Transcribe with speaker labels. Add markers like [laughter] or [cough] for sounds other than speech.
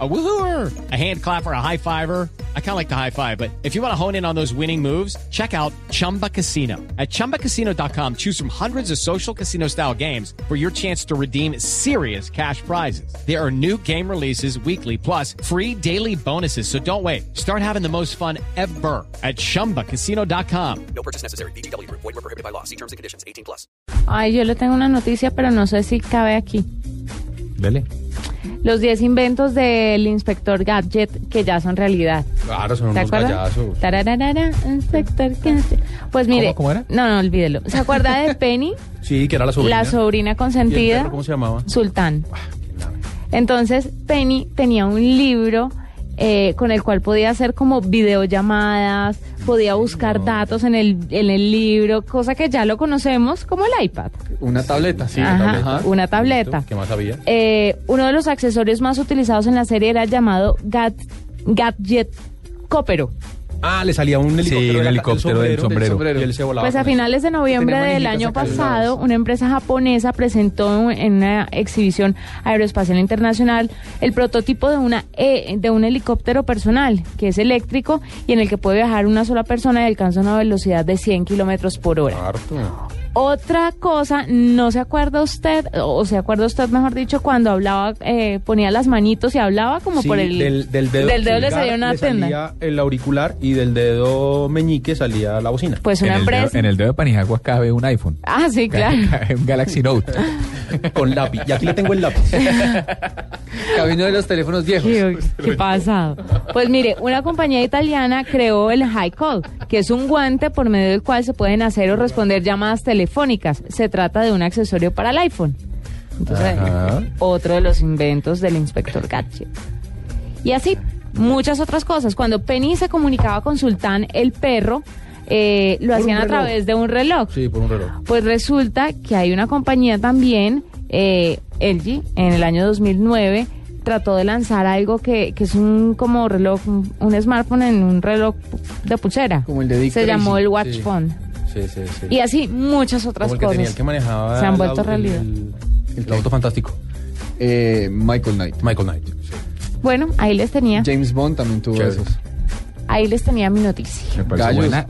Speaker 1: A woohooer, a hand clapper, a high fiver. I kind of like the high five, but if you want to hone in on those winning moves, check out Chumba Casino. At chumbacasino.com, choose from hundreds of social casino style games for your chance to redeem serious cash prizes. There are new game releases weekly, plus free daily bonuses. So don't wait. Start having the most fun ever at chumbacasino.com.
Speaker 2: No purchase necessary. BGW. Void were prohibited by law. See terms and conditions. 18 plus.
Speaker 3: Ay, yo le tengo una noticia, pero no sé si cabe aquí.
Speaker 4: Dele.
Speaker 3: Los 10 inventos del inspector Gadget que ya son realidad.
Speaker 4: Claro, son
Speaker 3: ¿Te
Speaker 4: unos
Speaker 3: acuerdas?
Speaker 4: gallazos.
Speaker 3: Tarararara, inspector Gadget. Pues mire.
Speaker 4: ¿Cómo, cómo era?
Speaker 3: No, no, olvídelo. ¿Se acuerda
Speaker 4: [laughs]
Speaker 3: de Penny?
Speaker 4: Sí, que era la sobrina.
Speaker 3: la sobrina
Speaker 4: ¿Y el
Speaker 3: consentida.
Speaker 4: perro cómo se Ah. llamaba?
Speaker 3: Sultán. Entonces, Penny tenía un libro eh, con el cual podía hacer como videollamadas, podía buscar datos en el, en el libro, cosa que ya lo conocemos como el iPad.
Speaker 5: Una tableta, sí.
Speaker 3: Ajá, una tableta.
Speaker 4: ¿Qué más había?
Speaker 3: Eh, uno de los accesorios más utilizados en la serie era el llamado Gat, Gadget Cópero.
Speaker 4: Ah, le salía un helicóptero.
Speaker 5: Sí, un
Speaker 4: de la-
Speaker 5: helicóptero del sombrero.
Speaker 4: Y él se volaba.
Speaker 3: Pues a
Speaker 4: con eso.
Speaker 3: finales de noviembre
Speaker 5: Tenía
Speaker 3: del
Speaker 5: muñequitas
Speaker 3: año
Speaker 5: acá de
Speaker 3: pasado,
Speaker 5: lados.
Speaker 3: una empresa japonesa presentó en una exhibición aeroespacial internacional el prototipo de una E- de un helicóptero personal que es eléctrico y en el que puede viajar una sola persona y alcanza una velocidad de 100 kilómetros por hora.
Speaker 4: Harto.
Speaker 3: Otra cosa, no se acuerda usted, o se acuerda usted, mejor dicho, cuando hablaba, eh, ponía las manitos y hablaba como
Speaker 4: Sí,
Speaker 3: por el
Speaker 4: del, del dedo,
Speaker 3: del dedo le
Speaker 4: pulgar
Speaker 3: salía una
Speaker 4: le
Speaker 3: tenda.
Speaker 4: salía el auricular y del dedo meñique salía la bocina.
Speaker 3: Pues una
Speaker 6: en, el
Speaker 3: empresa.
Speaker 6: dedo, en el dedo de Panijaguas cabe un iPhone.
Speaker 3: Ah, sí, claro.
Speaker 6: [laughs] Cabe un Galaxy Note.
Speaker 4: Con lápiz. Y aquí le tengo
Speaker 3: [laughs]
Speaker 4: el lápiz.
Speaker 5: [laughs] Camino de los teléfonos viejos.
Speaker 3: Qué,
Speaker 5: [laughs]
Speaker 3: qué pasado. Pues mire, una compañía italiana creó el High Call, que es un guante por medio del cual se pueden hacer o responder llamadas telefónicas. Se trata de un accesorio para el iPhone. Entonces,
Speaker 6: Ajá.
Speaker 3: otro de los inventos del inspector Gadget. Y así, muchas otras cosas. Cuando Penny se comunicaba con Sultán, el perro, eh, lo
Speaker 4: Por un
Speaker 3: hacían a
Speaker 4: reloj.
Speaker 3: través de un reloj.
Speaker 4: Sí, por un reloj.
Speaker 3: Pues resulta que hay una compañía también, eh, LG, en el año 2009 trató de lanzar algo que, que es un como reloj, un, un smartphone en un reloj de pulsera.
Speaker 5: Como el de Dick
Speaker 3: Se
Speaker 5: Tracy.
Speaker 3: llamó el Watch
Speaker 4: Sí.
Speaker 3: Phone.
Speaker 4: Sí, sí, sí.
Speaker 3: Y así muchas otras
Speaker 4: Como el que tenía
Speaker 3: cosas.
Speaker 4: el que manejaba.
Speaker 3: se han
Speaker 4: el
Speaker 3: vuelto
Speaker 4: au- el-
Speaker 3: realidad.
Speaker 4: El, el auto fantástico.
Speaker 5: Eh, Michael Knight.
Speaker 4: Michael Knight.
Speaker 3: Bueno, ahí les tenía,
Speaker 5: James Bond también tuvo
Speaker 4: Chévere.
Speaker 5: esos.
Speaker 3: ahí les tenía mi noticia.
Speaker 6: Me parece
Speaker 5: Gallos.
Speaker 6: buena.